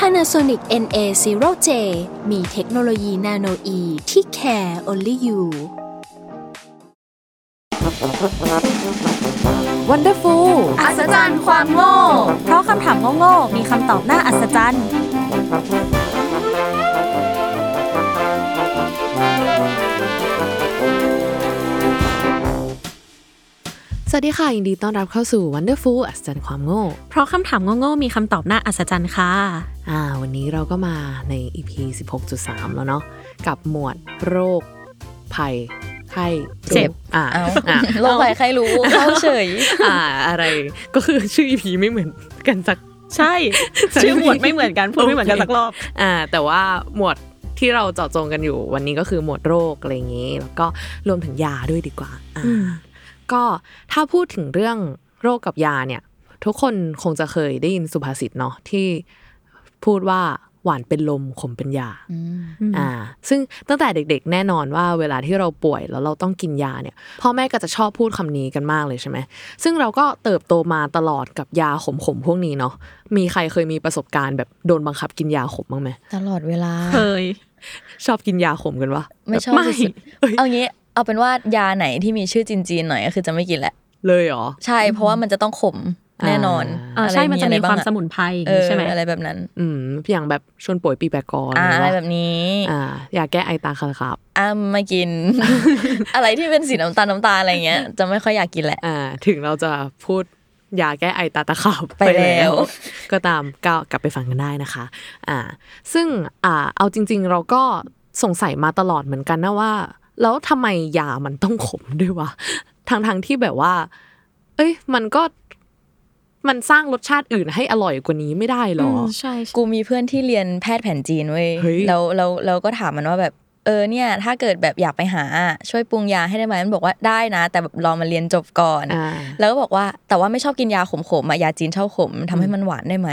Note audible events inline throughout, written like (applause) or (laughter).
Panasonic NA0J มีเทคโนโลยีนาโนอีที่ care only you Wonderful อัศจรรย์ความโง่ เพราะคำถามโง่ๆมีคำตอบน่าอัศจรรย์ สวัสดีค่ะ ยินดีต้อนรับเข้าสู่ Wonderful อัศจรรย์ความโง่ เพราะคำถามโง่ๆมีคำตอบน่าอัศจรรย์ค่ะ อ่า วันนี้เราก็มาใน EP 16.3 แล้วเนาะกับหมวดโรค ภัย ไข้รู้ เจ็บ อ่า เอา อ่า โลกใครใครรู้เข้าเฉย อ่า อะไรก็คือชื่อ EP ไม่เหมือนกันสัก ใช่ (laughs) ชื่อหมวดไม่เหมือนกัน พูดไม่เหมือนกัน โอเค สักรอบ อ่าแต่ว่าหมวดที่เราเจาะจงกันอยู่วันนี้ก็คือหมวดโรคอะไรอย่างนี้ แล้วก็รวมถึงยาด้วยดีกว่าอ่า อืม ก็ถ้าพูดถึงเรื่องโรคกับยาเนี่ย ทุกคนคงจะเคยได้ยินสุภาษิตเนาะที่พูดว่าหวานเป็นลมขมเป็นยา อ่าซึ่งตั้งแต่เด็กๆ แน่นอนว่าเวลาที่เราป่วยแล้วเราต้องกินยาเนี่ยพ่อแม่ก็จะชอบพูดคำนี้กันมากเลยใช่ไหมซึ่งเราก็เติบโตมาตลอดกับยาขมๆพวกนี้เนาะมีใครเคยมีประสบการณ์แบบโดนบังคับกินยาขมบ้างไหม ตลอดเวลา เคย ชอบกินยาขมกันวะ ไม่ชอบ ไม่ ที่สุด เอางี้เอาเป็นว่ายาไหนที่มีชื่อจีนๆหน่อยก็คือจะไม่กินแหละ เลยเหรอ ใช่ เพราะว่ามันจะต้องขมแน่นอน อ่าใช่ มันจะมีความส มุน มุนไพรอย่าง เอ นี้ อ ใช่ไหม อะไรแบบนั้น อืมอย่างแบบชวนป่วยปีแปรกอน อ่าอะไรแบ วะ บนี้ อ่ายาแก้ไอตาคาราครับ อ่าไม่กิ (laughs) น อะไรที่เป็นสีน้ำตาลน้ำตาลอะไรเงี้ย จะไม่ค่อยอยากกินแหละ อ่า ถึงเราจะพูดยาแก้ไอตาตะขับ ไปแล้ว ก็ตามก็กลับไปฟังกันได้นะคะ อ่า ซึ่งอ่าเอาจริง ๆ เราก็สงสัยมาตลอดเหมือนกันนะว่า แล้วทำไมยามันต้องขมด้วยวะทางทางๆที่แบบว่า เอ้ยมันก็มันสร้างรสชาติอื่นให้อร่อยกว่านี้ไม่ได้เหรอ ใช่ใช่ กูมีเพื่อนที่เรียนแพทย์แผนจีนเว้ย เฮ้ย แล้วเราเราก็ถามมันว่าแบบ เออเนี่ย ถ้าเกิดแบบอยากไปหาอะช่วยปรุงยาให้ได้ไหมมันบอกว่าได้นะ แต่แบบรอมาเรียนจบก่อน อ่า แล้วก็บอกว่าแต่ว่าไม่ชอบกินยาขมๆอะยาจีนเช่าขมทำให้มันหวานได้ไหม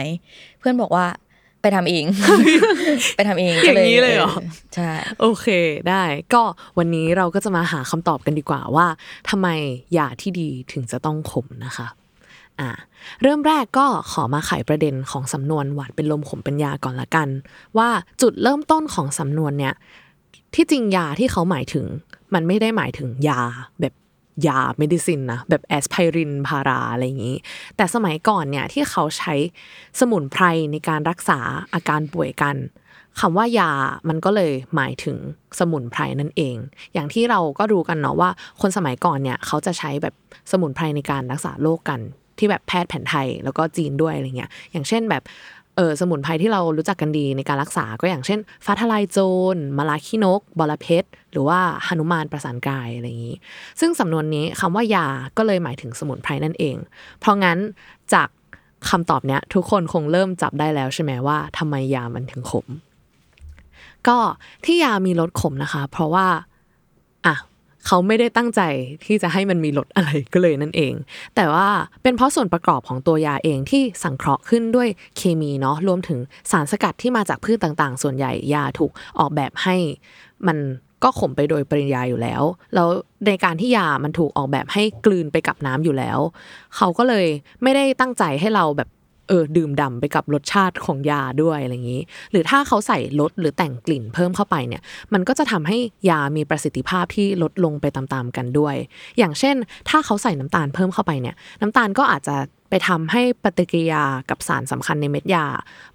เพื่อนบอกว่าไปทำเอง (laughs) ไปทำเองก็ (laughs) อย่างนี้เลยเหรอ ใช่ โอเคได้ก็วันนี้เราก็จะมาหาคำตอบกันดีกว่าว่าทำไมยาที่ดีถึงจะต้องขมนะคะอ่าเริ่มแรกก็ขอมาไขประเด็นของสำนวนหวานเป็นลมขมเป็นยาก่อนละกัน ว่าจุดเริ่มต้นของสำนวนเนี่ยที่จริงยาที่เขาหมายถึง มันไม่ได้หมายถึงยาแบบยาเมดิซินนะแบบแอสไพรินพาราอะไรอย่างนี้ แต่สมัยก่อนเนี่ยที่เขาใช้สมุนไพรในการรักษาอาการป่วยกัน คำว่ายา มันก็เลยหมายถึงสมุนไพรนั่นเอง อย่างที่เราก็รู้กันเนาะว่า คนสมัยก่อนเนี่ยเขาจะใช้แบบสมุนไพรในการรักษาโรคกัน ที่แบบแพทย์แผนไทยแล้วก็จีนด้วยอะไรเงี้ย อย่างเช่นแบบเออสมุนไพรที่เรารู้จักกันดีในการรักษา ก็อย่างเช่น ฟ้าทะลายโจรมาลาคีนก บอระเพ็ดหรือว่าหนุมานประสานกายอะไรอย่างนี้ ซึ่งสำนวนนี้คำว่ายา ก็เลยหมายถึงสมุนไพรนั่นเอง เพราะงั้นจากคำตอบเนี้ยทุกคนคงเริ่มจับได้แล้วใช่ไหมว่าทำไมยามันถึงขม ก็ที่ยามีรสขมนะคะ เพราะว่าอ่ะเขาไม่ได้ตั้งใจที่จะให้มันมีรสอะไรก็เลยนั่นเอง แต่ว่าเป็นเพราะส่วนประกอบของตัวยาเองที่สังเคราะห์ขึ้นด้วยเคมีเนาะรวมถึงสารสกัดที่มาจากพืชต่างๆ ส่วนใหญ่ยาถูกออกแบบให้ มันก็ขมไปโดยปริยายอยู่แล้ว แล้วในการที่ยามันถูกออกแบบให้กลืนไปกับน้ำอยู่แล้ว เขาก็เลยไม่ได้ตั้งใจให้เราแบบเออดื่มด่ำไปกับรสชาติของยาด้วยอะไรอย่างนี้ หรือถ้าเขาใส่ลดหรือแต่งกลิ่นเพิ่มเข้าไปเนี่ย มันก็จะทำให้ยามีประสิทธิภาพที่ลดลงไปตามๆกันด้วย อย่างเช่น ถ้าเขาใส่น้ำตาลเพิ่มเข้าไปเนี่ย น้ำตาลก็อาจจะไปทำให้ปฏิกิริยากับสารสำคัญในเม็ดยา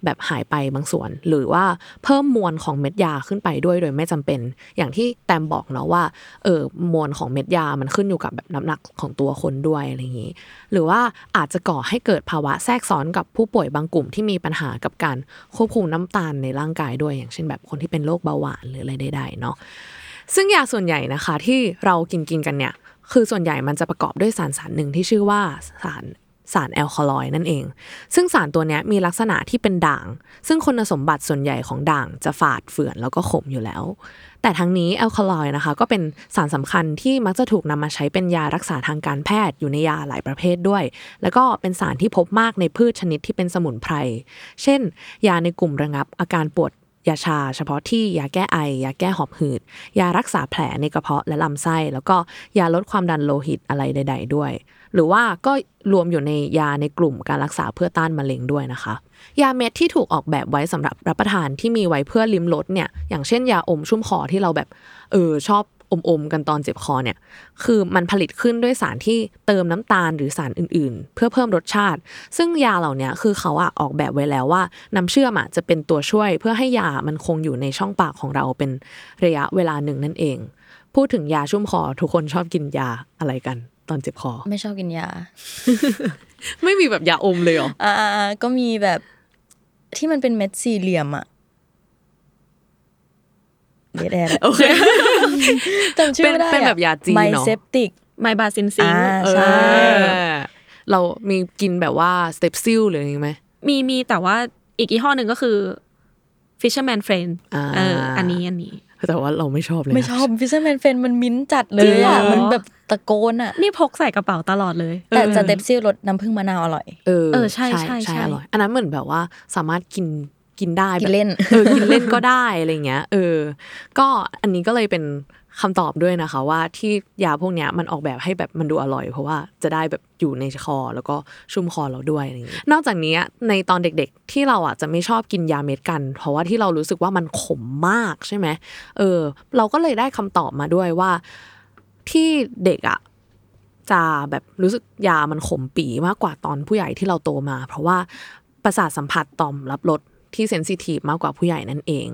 แบบหายไปบางส่วน หรือว่าเพิ่มมวลของเม็ดยาขึ้นไปด้วยโดยไม่จำเป็น อย่างที่แตมบอกเนาะว่าเออมวลของเม็ดยามันขึ้นอยู่กับแบบน้ำหนักของตัวคนด้วยอะไรอย่างนี้ หรือว่าอาจจะก่อให้เกิดภาวะแทรกซ้อนกับผู้ป่วยบางกลุ่มที่มีปัญหากับการควบคุมน้ำตาลในร่างกายด้วย อย่างเช่นแบบคนที่เป็นโรคเบาหวานหรืออะไรใดๆเนาะซึ่งยาส่วนใหญ่นะคะที่เรากินกินๆกันเนี่ย คือส่วนใหญ่มันจะประกอบด้วยสารสารหนึ่งที่ชื่อว่าสาร สารแอลคอลอยด์นั่นเอง ซึ่งสารตัวเนี้ยมีลักษณะที่เป็นด่าง ซึ่งคุณสมบัติส่วนใหญ่ของด่างจะฝาดเฝื่อนแล้วก็ขมอยู่แล้ว แต่ทั้งนี้แอลคอลอยด์นะคะ ก็เป็นสารสำคัญที่มักจะถูกนำมาใช้เป็นยารักษาทางการแพทย์อยู่ในยาหลายประเภทด้วย แล้วก็เป็นสารที่พบมากในพืชชนิดที่เป็นสมุนไพร เช่น ยาในกลุ่มระงับอาการปวด ยาชาเฉพาะที่ยาแก้ไอ ยาแก้หอบหืด ยารักษาแผลในกระเพาะและลำไส้ แล้วก็ยาลดความดันโลหิตอะไรใด ๆ ด้วย หรือว่าก็รวมอยู่ในยาในกลุ่มการรักษาเพื่อต้านมะเร็งด้วยนะคะ ยาเม็ดที่ถูกออกแบบไว้สำหรับรับประทานที่มีไว้เพื่อลิ้มรสเนี่ย อย่างเช่นยาอมชุ่มคอที่เราแบบเออชอบอมอมๆกันตอนเจ็บคอเนี่ย คือมันผลิตขึ้นด้วยสารที่เติมน้ำตาลหรือสารอื่นๆ เพื่อเพิ่มรสชาติ ซึ่งยาเหล่าเนี้ยคือเขาอะออกแบบไว้แล้วว่าน้ำเชื่อมอะจะเป็นตัวช่วย เพื่อให้ยามันคงอยู่ในช่องปากของเราเป็นระยะเวลาหนึ่งนั่นเอง พูดถึงยาชุ่มคอทุกคนชอบกินยาอะไรกัน ตอนเจ็บคอ ไม่ชอบกินยา ไม่มีแบบยาอมเลยเหรอ อ่าก็มีแบบที่มันเป็นเม็ดสี่เหลี่ยมอะเดดแอร์ โอเค (laughs) จำชื่อไม่ได้อะ เป็นแบบยาจีนเน ไม อะ เซปติก ไมบาซินซิง อ่า เอ ใช่ อเรามีกินแบบว่าสเตปซิลหรืออะไรไหม มีมีแต่ว่าอีกยี่ห้อหนึ่งก็คือ Fisherman Friend อ่า เอออันนี้อันนี้ แต่ว่าเราไม่ชอบเลยนะ ไม่ชอบฟิชเชอร์แมนเฟนมันมิ้นท์จัดเล จริ ย งเหร อะ อ มันแบบตะโกนอะ นี่พกใส่กระเป๋าตลอดเลย แต่สเต็ปซี่รสน้ำผึ้งมะนาวอร่อย เออ เออใช่ใช่ ใช่ ใช่ อร่อยอันนั้นเหมือนแบบว่าสามารถกินกินได้ กินเล่น แบบเออกินเล่นก็ได้อะไรเงี้ยเออ ก็อันนี้ก็เลยเป็นคำตอบด้วยนะคะ ว่าที่ยาพวกเนี้ยมันออกแบบให้แบบมันดูอร่อย เพราะว่าจะได้แบบอยู่ในคอแล้วก็ชุ่มคอเราด้วยอะไรเงี้ยนอกจากนี้ในตอนเด็กๆ ที่เราอ่ะจะไม่ชอบกินยาเม็ดกัน เพราะว่าที่เรารู้สึกว่ามันขมมากใช่ไหมเออ เราก็เลยได้คำตอบมาด้วยว่าที่เด็กอ่ะ จะแบบรู้สึกยามันขมปีมากกว่าตอนผู้ใหญ่ที่เราโตมา เพราะว่าประสาทสัมผัสต่อมรับรสที่เซนซิทีฟมากกว่าผู้ใหญ่นั่นเอง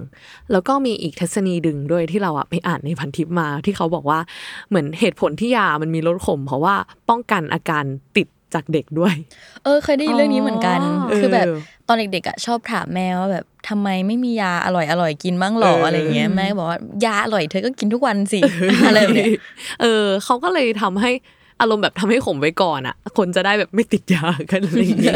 แล้วก็มีอีกทัศนีดึงด้วยที่เราอะไปอ่านในพันทิปมาที่เขาบอกว่าเหมือนเหตุผลที่ยามันมีรสขม เพราะว่าป้องกันอาการติดจากเด็กด้วย เออเคยได้ยินเรื่องนี้เหมือนกัน อ๋อ คือแบบ เออ ตอนเด็กๆอะชอบถามแม่ว่าแบบทำไมไม่มียาอร่อยอร่อยกินบ้างหรอ เอออ อะไรเงี้ยแม่ก็บอกว่ายาอร่อยเธอก็กินทุกวันสิ (laughs) อะไรแบบเนี้ย เออเขาก็เลยทำให้อารมณ์แบบทำให้ขมไว้ก่อนอะคนจะได้แบบไม่ติดยากันอะไรอย่าง (laughs) เงี้ย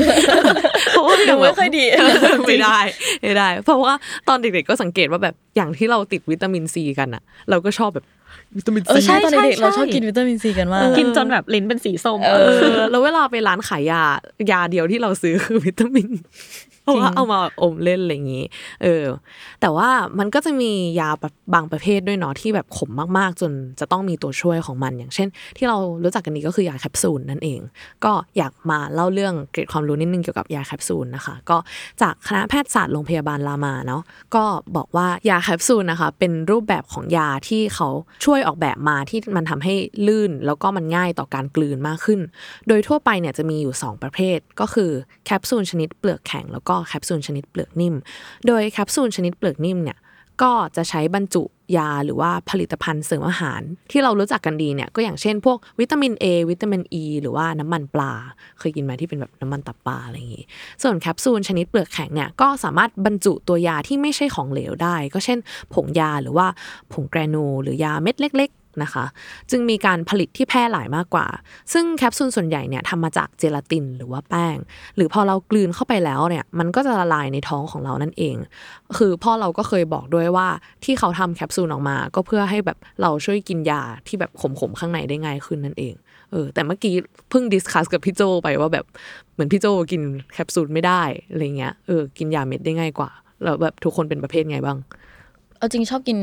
เพราะว่า ดู แบ ไม่ บ ค่อยดี (laughs) ไม่ได้ไม่ได้ เพราะว่าตอนเด็กๆก็สังเกตว่าแบบอย่างที่เราติดวิตามินซีกันอะเราก็ชอบแบบวิตามิน เออ ซี ใช่ ใช่ ตอนเด็ก ใช่ ๆเราชอบกินวิตามินซีกันมาก กินจนแบบลิ้นเป็นสีส้ม เอ เออแล้วเวลาไปร้านขายยายาเดียวที่เราซื้อ (laughs) คือวิตามินเพราะว่าเอามาอมเล่นอะไรอย่างนี้ เออ แต่ว่ามันก็จะมียาแบบบางประเภทด้วยเนาะที่แบบขมมากๆ จนจะต้องมีตัวช่วยของมันอย่างเช่น ที่เรารู้จักกันนี้ก็คือยาแคปซูลนั่นเอง ก็อยากมาเล่าเรื่องเกร็ดความรู้นิดนึงเกี่ยวกับยาแคปซูลนะคะ ก็จากคณะแพทยศาสตร์โรงพยาบาลรามาเนาะก็บอกว่ายาแคปซูลนะคะ เป็นรูปแบบของยาที่เขาช่วยออกแบบมาที่มันทำให้ลื่น แล้วก็มันง่ายต่อการกลืนมากขึ้น โดยทั่วไปเนี่ยจะมีอยู่ 2 ประเภท ก็คือแคปซูลชนิดเปลือกแข็งแล้วก็แคปซูลชนิดเปลือกนิ่ม โดยแคปซูลชนิดเปลือกนิ่มเนี่ยก็จะใช้บรรจุยาหรือว่าผลิตภัณฑ์เสริมอาหาร ที่เรารู้จักกันดีเนี่ยก็อย่างเช่นพวกวิตามิน A วิตามิน E หรือว่าน้ำมันปลา เคยกินไหมที่เป็นแบบน้ำมันตับปลาอะไรอย่างงี้ ส่วนแคปซูลชนิดเปลือกแข็งเนี่ยก็สามารถบรรจุตัวยาที่ไม่ใช่ของเหลวได้ ก็เช่น ผงยาหรือว่าผงแกรนูลหรือยาเม็ดเล็ก ๆนะคะ จึงมีการผลิตที่แพร่หลายมากกว่า ซึ่งแคปซูลส่วนใหญ่เนี่ยทำมาจากเจลาตินหรือว่าแป้ง หรือพอเรากลืนเข้าไปแล้วเนี่ยมันก็จะละลายในท้องของเรานั่นเอง คือพ่อเราก็เคยบอกด้วยว่าที่เขาทำแคปซูลออกมา ก็เพื่อให้แบบเราช่วยกินยาที่แบบขมๆข้างในได้ง่ายขึ้นนั่นเอง เออแต่เมื่อกี้เพิ่งดิสคัสกับพี่โจไปว่าแบบเหมือนพี่โจกินแคปซูลไม่ได้อะไรเงี้ยเออกินยาเม็ดได้ง่ายกว่าแล้วแบบทุกคนเป็นประเภทไงบ้าง เอาจริงชอบกิน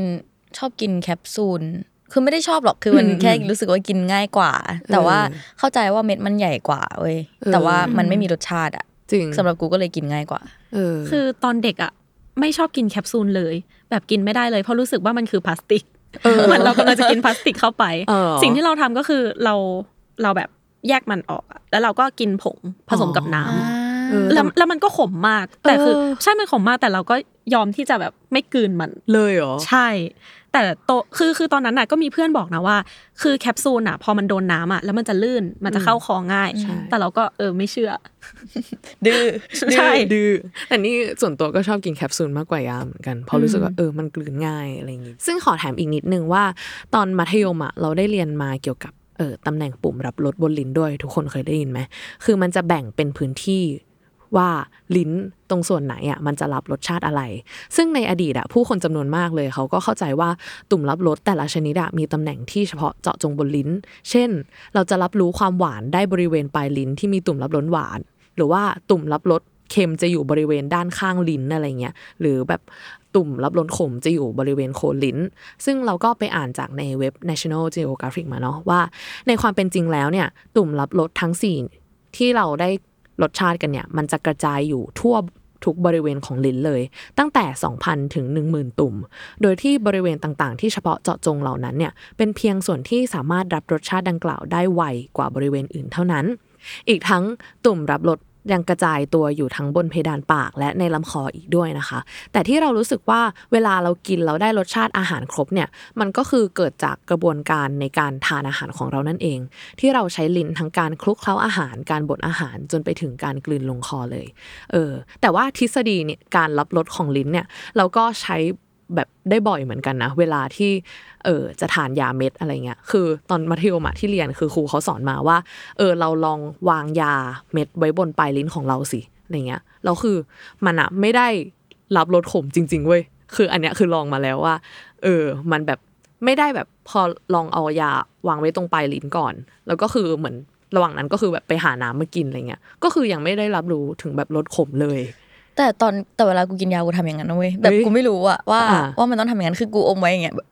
ชอบกินแคปซูล คือไม่ได้ชอบหรอก คือมันแค่รู้สึกว่ากินง่ายกว่า แต่ว่าเข้าใจว่าเม็ดมันใหญ่กว่าเว้ย เออ แต่ว่ามันไม่มีรสชาติอะ จริง สำหรับกูก็เลยกินง่ายกว่า เออ คือตอนเด็กอ่ะ ไม่ชอบกินแคปซูลเลย แบบกินไม่ได้เลย เพราะรู้สึกว่ามันคือพลาสติกเหมือนเรากำลังจะกินพลาสติกเข้าไป เออ สิ่งที่เราทำก็คือเราเราแบบแยกมันออกอะแล้วเราก็กินผงผสมกับน้ำ อ๋ เออ แล้วแล้วมันก็ขมมาก แต่คือ เออ ใช่มันขมมากแต่เราก็ยอมที่จะแบบไม่กลืนมัน เลยเหรอ ใช่ แต่โตคือคือตอนนั้นน่ะก็มีเพื่อนบอกนะว่า คือแคปซูลอ่ะ พอมันโดนน้ำอ่ะแล้วมันจะลื่นมันจะเข้าคอง่าย ใช่ แต่เราก็เออไม่เชื่อ ดื้อ ใช่ ดื้อแต่นี่ส่วนตัวก็ชอบกินแคปซูลมากกว่ายาเหมือนกันเพราะรู้สึกว่าเออมันกลืนง่ายอะไรอย่างงี้ซึ่งขอแถมอีกนิดนึงว่า ตอนมัธยมอ่ะเราได้เรียนมาเกี่ยวกับ เออตำแหน่งปุ่มรับรสบนลิ้นด้วย ทุกคนเคยได้ยินไหม คือมันจะแบ่งเป็นพื้นที่ว่าลิ้นตรงส่วนไหนอ่ะมันจะรับรสชาติอะไร ซึ่งในอดีตอ่ะผู้คนจำนวนมากเลยเขาก็เข้าใจว่าตุ่มรับรสแต่ละชนิดอะมีตำแหน่งที่เฉพาะเจาะจงบนลิ้น เช่น เราจะรับรู้ความหวานได้บริเวณปลายลิ้นที่มีตุ่มรับรสหวาน หรือว่าตุ่มรับรสเค็มจะอยู่บริเวณด้านข้างลิ้นอะไรเงี้ยหรือแบบตุ่มรับรสขมจะอยู่บริเวณโคนลิ้น ซึ่งเราก็ไปอ่านจากในเว็บ National Geographic มาเนาะว่า ในความเป็นจริงแล้วเนี่ยตุ่มรับรสทั้งสี่ที่เราได้รสชาติกันเนี่ยมันจะกระจายอยู่ทั่วทุกบริเวณของลิ้นเลย ตั้งแต่ 2,000 ถึง 10,000 ตุ่ม โดยที่บริเวณต่างๆ ที่เฉพาะเจาะจงเหล่านั้นเนี่ยเป็นเพียงส่วนที่สามารถรับรสชาติดังกล่าวได้ไวกว่าบริเวณอื่นเท่านั้น อีกทั้งตุ่มรับรสยังกระจายตัวอยู่ทั้งบนเพดานปากและในลำคออีกด้วยนะคะ แต่ที่เรารู้สึกว่าเวลาเรากินเราได้รสชาติอาหารครบเนี่ยมันก็คือเกิดจากกระบวนการในการทานอาหารของเรานั่นเอง ที่เราใช้ลิ้นทั้งการคลุกเคล้าอาหารการบดอาหารจนไปถึงการกลืนลงคอเลย เออแต่ว่าทฤษฎีเนี่ยการรับรสของลิ้นเนี่ยเราก็ใช้แบบได้บ่อยเหมือนกันนะ เวลาที่เออจะทานยาเม็ดอะไรเงี้ยคือตอนมัธยมอะที่เรียนคือครูเขาสอนมาว่าเออเราลองวางยาเม็ดไว้บนปลายลิ้นของเราสิอะไรเงี้ยเราคือมันอะไม่ได้รับรสขมจริง ๆเว้ยคืออันเนี้ยคือลองมาแล้วว่า เออ มันแบบไม่ได้แบบพอลองเอายาวางไว้ตรงปลายลิ้นก่อน แล้วก็คือเหมือนระหว่างนั้นก็คือแบบไปหาน้ำมากินอะไรเงี้ย ก็คือยังไม่ได้รับรู้ถึงแบบรสขมเลย แต่ตอนแต่เวลากูกินยากูทำอย่างนั้นนะเว้ยแบบ เฮ้ย กูไม่รู้อะว่า อ่า ว่ามันต้องทำอย่างนั้นคือกูอมไว้อย่างเงี้ยแบบ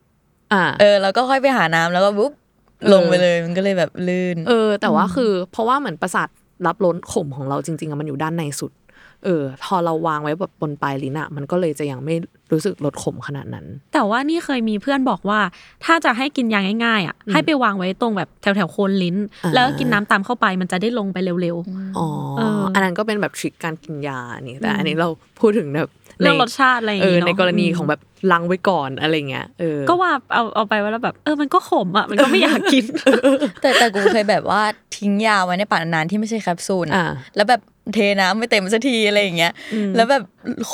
อ่า เออแล้วก็ค่อยไปหาน้ำแล้วก็บุ๊บ เออ ลงไปเลยมันก็เลยแบบลื่น เออ แต่ว่าคือเพราะว่าเหมือนประสาทรับรสขมของเราจริงๆอะมันอยู่ด้านในสุด เออ พอเราวางไว้แบบบนปลายลิ้นอะมันก็เลยจะยังไม่รู้สึกรสขมขนาดนั้น แต่ว่านี่เคยมีเพื่อนบอกว่า ถ้าจะให้กินยาง่ายๆอ่ะ อืม ให้ไปวางไว้ตรงแบบแถวแถวๆโคนลิ้น อ่า แล้วก็กินน้ำตามเข้าไปมันจะได้ลงไปเร็ว อ๋อ เอออั อันนั้นก็เป็นแบบทริคการกินยานี่แต่อันนี้เราพูดถึงแบบ ๆ เรื่อง ใน รสชาติอะไรอย่าง เออ เงี้ย ในกรณีของแบบลังไว้ก่อนอะไรเงี้ยเออ ก็ว่าเอาเอาไปไว้แล้วแบบ เออมันก็ขมอ่ะมันก็ไม่อยากกิน แต่แต่กูเคยแบบว่าทิ้งยาไว้ในปากนานๆที่ไม่ใช่แคปซูล อ่า แล้วแบบเทน้ำไม่เต็มสักทีอะไรอย่างเงี้ยแล้วแบบ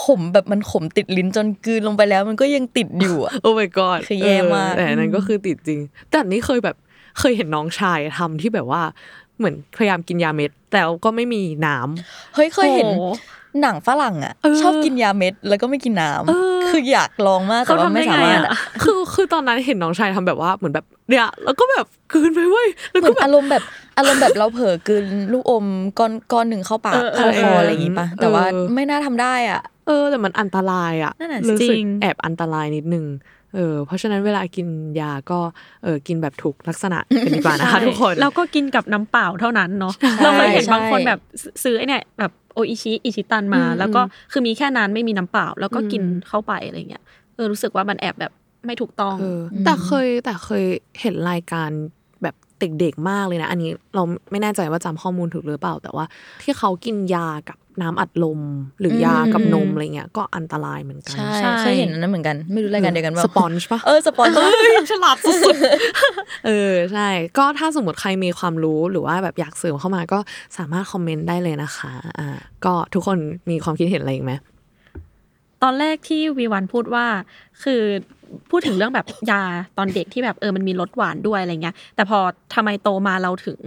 ขมแบบมันขมติดลิ้นจนกลืนลงไปแล้ว มันก็ยังติดอยู่อะ โอ้ my god คือแย่มาก เออแต่อันนั้นก็คือติดจริง แต่อันนี้เคยแบบเคยเห็นน้องชายทำที่แบบว่าเหมือนพยายามกินยาเม็ด แต่ก็ไม่มีน้ำ เฮ้ยเคยเห็น โอ้โห หนังฝรั่งอะ เออ ชอบกินยาเม็ดแล้วก็ไม่กินน้ เออ ำคืออยากลองมากแต่ว่าไม่สามารถอะ คือคือตอนนั้นเห็นน้องชายทำแบบว่าเหมือนแบบเนี่ยแล้วก็แบบคืนไปเว้ยแล้ว เหมื ก็แบอนบ อารมณ์แบบอารมณ์แบบเราเผลอกลืนลูกอมก้อนก้อนหนึ่งเข้าปาก เออเอ เข้า อ คออะไรอย่างงี้ปะแต่ว่า เออ ไม่น่าทำได้อ่ะ เออแต่มันอันตรายอ่ะ นั่นน่ะสิ รู้สึก จริง แอบอันตรายนิดนึงเออเพราะฉะนั้นเวลากินยาก็เออกินแบบถูกลักษณะกันดีกว่านะคะทุกคน แล้วก็กินกับน้ำเปล่าเท่านั้นเนาะเราเคยเห็นบางคนแบบซื้อไอเนี่ยแบบโออิชิอิชิตันมา อืม แล้วก็คือมีแค่นั้นไม่มีน้ำเปล่า แล้วก็กิน อืม เข้าไปอะไรเงี้ยเออรู้สึกว่ามันแอบแบบไม่ถูกต้อง เอออ ม แต่เคยแต่เคยเห็นรายการแบบเด็กๆมากเลยนะ อันนี้เราไม่แน่ใจว่าจำข้อมูลถูกหรือเปล่า แต่ว่าที่เขากินยากับน้ำอัดลม หรือยากับนมอะไรเงี้ยก็อันตรายเหมือนกัน ใช่ ใช่ เคยเห็นอันนั้นเหมือนกัน ไม่รู้รายการเดียวกันว่า สปอนจ์ปะ เออสปอนเซอร์ ฉลาดสุดๆ (laughs) เออใช่ ก็ถ้าสมมติใครมีความรู้หรือว่าแบบอยากเสริมเข้ามาก็สามารถคอมเมนต์ได้เลยนะคะ อ่า ก็ทุกคนมีความคิดเห็นอะไรอีกไหม ตอนแรกที่วีวันพูดว่า คือพูดถึงเรื่องแบบยาตอนเด็กที่แบบเออมันมีรสหวานด้วยอะไรเงี้ย แต่พอทำไมโตมาเราถึง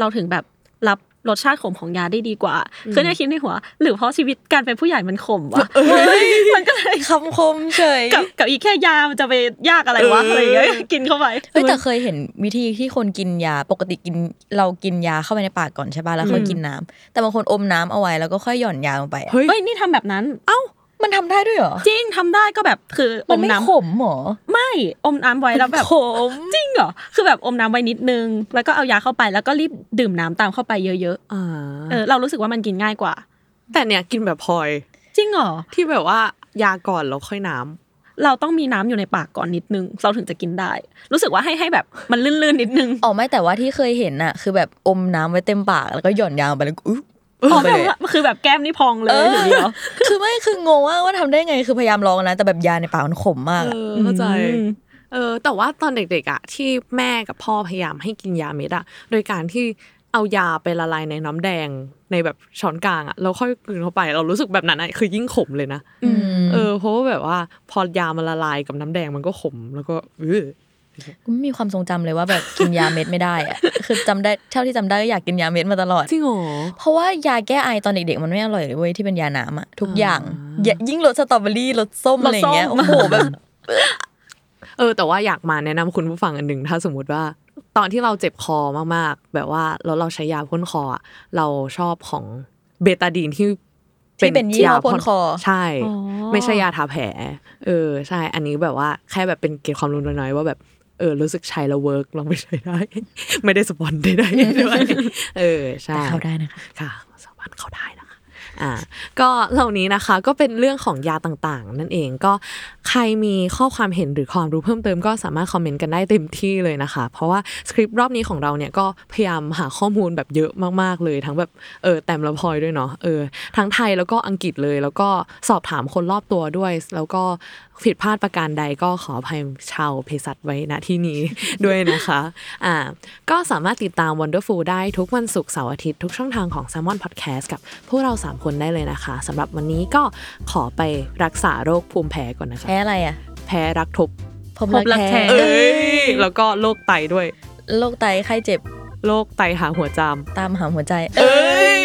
เราถึงแบบรับรสชาติขมของยาได้ดีกว่า คือเนี่ยคิดในหัว หรือเพราะชีวิตการเป็นผู้ใหญ่มันขมวะมันก็เลย คำคมเฉย กับกับอีกแค่ยามันจะไปยากอะไรวะอะไรเงี้ยกินเข้าไป เอ้ยแต่เคยเห็นวิธีที่คนกินยาปกติกินเรากินยาเข้าไปในปากก่อนใช่ป่ะแล้วค่อย อืม กินน้ำแต่บางคนอมน้ำเอาไว้แล้วก็ค่อยหย่อนยาลงไปอะ เฮ้ย เฮ้ยนี่ทำแบบนั้น มันทำได้ด้วยเหรอ จริงทำได้ก็แบบคืออ มัน ม ไม่ น้ำ ขมเหรอ ไม่อมน้ำไว้แล้วแบบ ขม จริงเหรอคือแบบอมน้ำไว้นิดนึง แล้วก็เอายาเข้าไปแล้วก็รีบดื่มน้ำตามเข้าไปเยอะ อ่า ๆเออเรารู้สึกว่ามันกินง่ายกว่า แต่เนี่ยกินแบบพลอย จริงเหรอ ที่แบบว่ายาก่อนแล้วค่อยน้ำ เราต้องมีน้ำอยู่ในปากก่อนนิดนึง เราถึงจะกินได้ รู้สึกว่าให้ให้แบบมันลื่นๆนิดนึง อ๋อไม่แต่ว่าที่เคยเห็นน่ะ คือแบบอมน้ำไว้เต็มปากแล้วก็หย่อนยาลงไปแล้วก็อุ๊ย อ๋อแบบว่าคือแบบแก้มนี่พองเลย อ หรื ยู่ อ ดี เดี ห ย ร ว คือไม่คืองงว่าว่าทำได้ไงคือพยายามลองนะ แต่แบบยาในปากมันขมมาก เอ อะ อเข้าใจ อืม เออแต่ว่าตอนเด็กๆอ่ะที่แม่กับพ่อพยายามให้กินยาเม็ดอ่ะโดยการที่เอายาไปละลายในน้ำแดงในแบบช้อนกลางอ่ะแล้วค่อยกลืนเข้าไป เรารู้สึกแบบนั้นอ่ะคือยิ่งขมเลยนะ อืม เออเพราะว่าแบบว่าพอยามันละลายกับน้ำแดงมันก็ขมแล้วก็เออ ไม่มีความทรงจำเลยว่าแบบ (laughs) กินยาเม็ดไม่ได้อะคือจำได้เท่าที่จำได้ก็อยากกินยาเม็ดมาตลอด จริงเหรอ เพราะว่ายาแก้ไอตอนเด็กๆมันไม่อร่อยเลยเว้ยที่เป็นยาน้ำอะทุกอย่าง อ่า อย่ายิ่งรสสตรอเบอรี่รสส้มอะไรอย่างเงี้ย รสส้มโอ้โหแบบ เออ แต่ว่าอยากมาแนะนำคุณผู้ฟังอันหนึ่งถ้าสมมติว่า ตอนที่เราเจ็บคอมากๆ แบบว่าแล้วเราใช้ยาพ่นคออะเราชอบของเบตาดีนที่ ที่เป็นยี่ห้อพ่นคอ ใช่ อ๋อ ไม่ใช่ยาทาแผล เออใช่ อันนี้แบบว่าแค่แบบเป็นเกณฑ์ความรู้น้อยๆว่าแบบเออรู้สึกใช้แล้วเวิร์กลองไปใช้ได้ (laughs) ไม่ได้สปอนได้ได้ด้วย (laughs) เออใช่ แต่เข้าได้นะคะ ค่ะสามารถเข้าได้นะคะอ่าก็เหล่านี้นะคะก็เป็นเรื่องของยาต่างๆ นั่นเองก็ใครมีข้อความเห็นหรือความรู้เพิ่มเติมก็สามารถคอมเมนต์กันได้เต็มที่เลยนะคะ เพราะว่าสคริปต์รอบนี้ของเราเนี่ยก็พยายามหาข้อมูลแบบเยอะมากๆเลย ทั้งแบบเออแต้มละพอยด้วยเนาะเออทั้งไทยแล้วก็อังกฤษเลยแล้วก็สอบถามคนรอบตัวด้วย แล้วก็ผิดพลาดประการใดก็ขออภัยชาวเภสัชไว้ณที่นี้ ด้วยนะคะอ่า ก็สามารถติดตาม Wonderful ได้ทุกวันศุกร์เสาร์อาทิตย์ทุกช่องทางของ s ซ l m o n Podcast กับพวกเรา 3 คนได้เลยนะคะสำหรับวันนี้ก็ขอไปรักษาโรคภูมิแพ้ก่อนนะคะ แพ้อะไรอะ แพ้รักทบ พบรักแท้ เอ้ เอ้ย แล้วก็โรคไตด้วย โรคไตไข้เจ็บ โรคไตหาหัวจาม ตามหาหัวใจ เอ้ย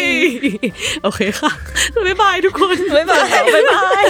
โอเคค่ะ บ๊ายบายทุกคน บ๊ายบายบ๊ายบาย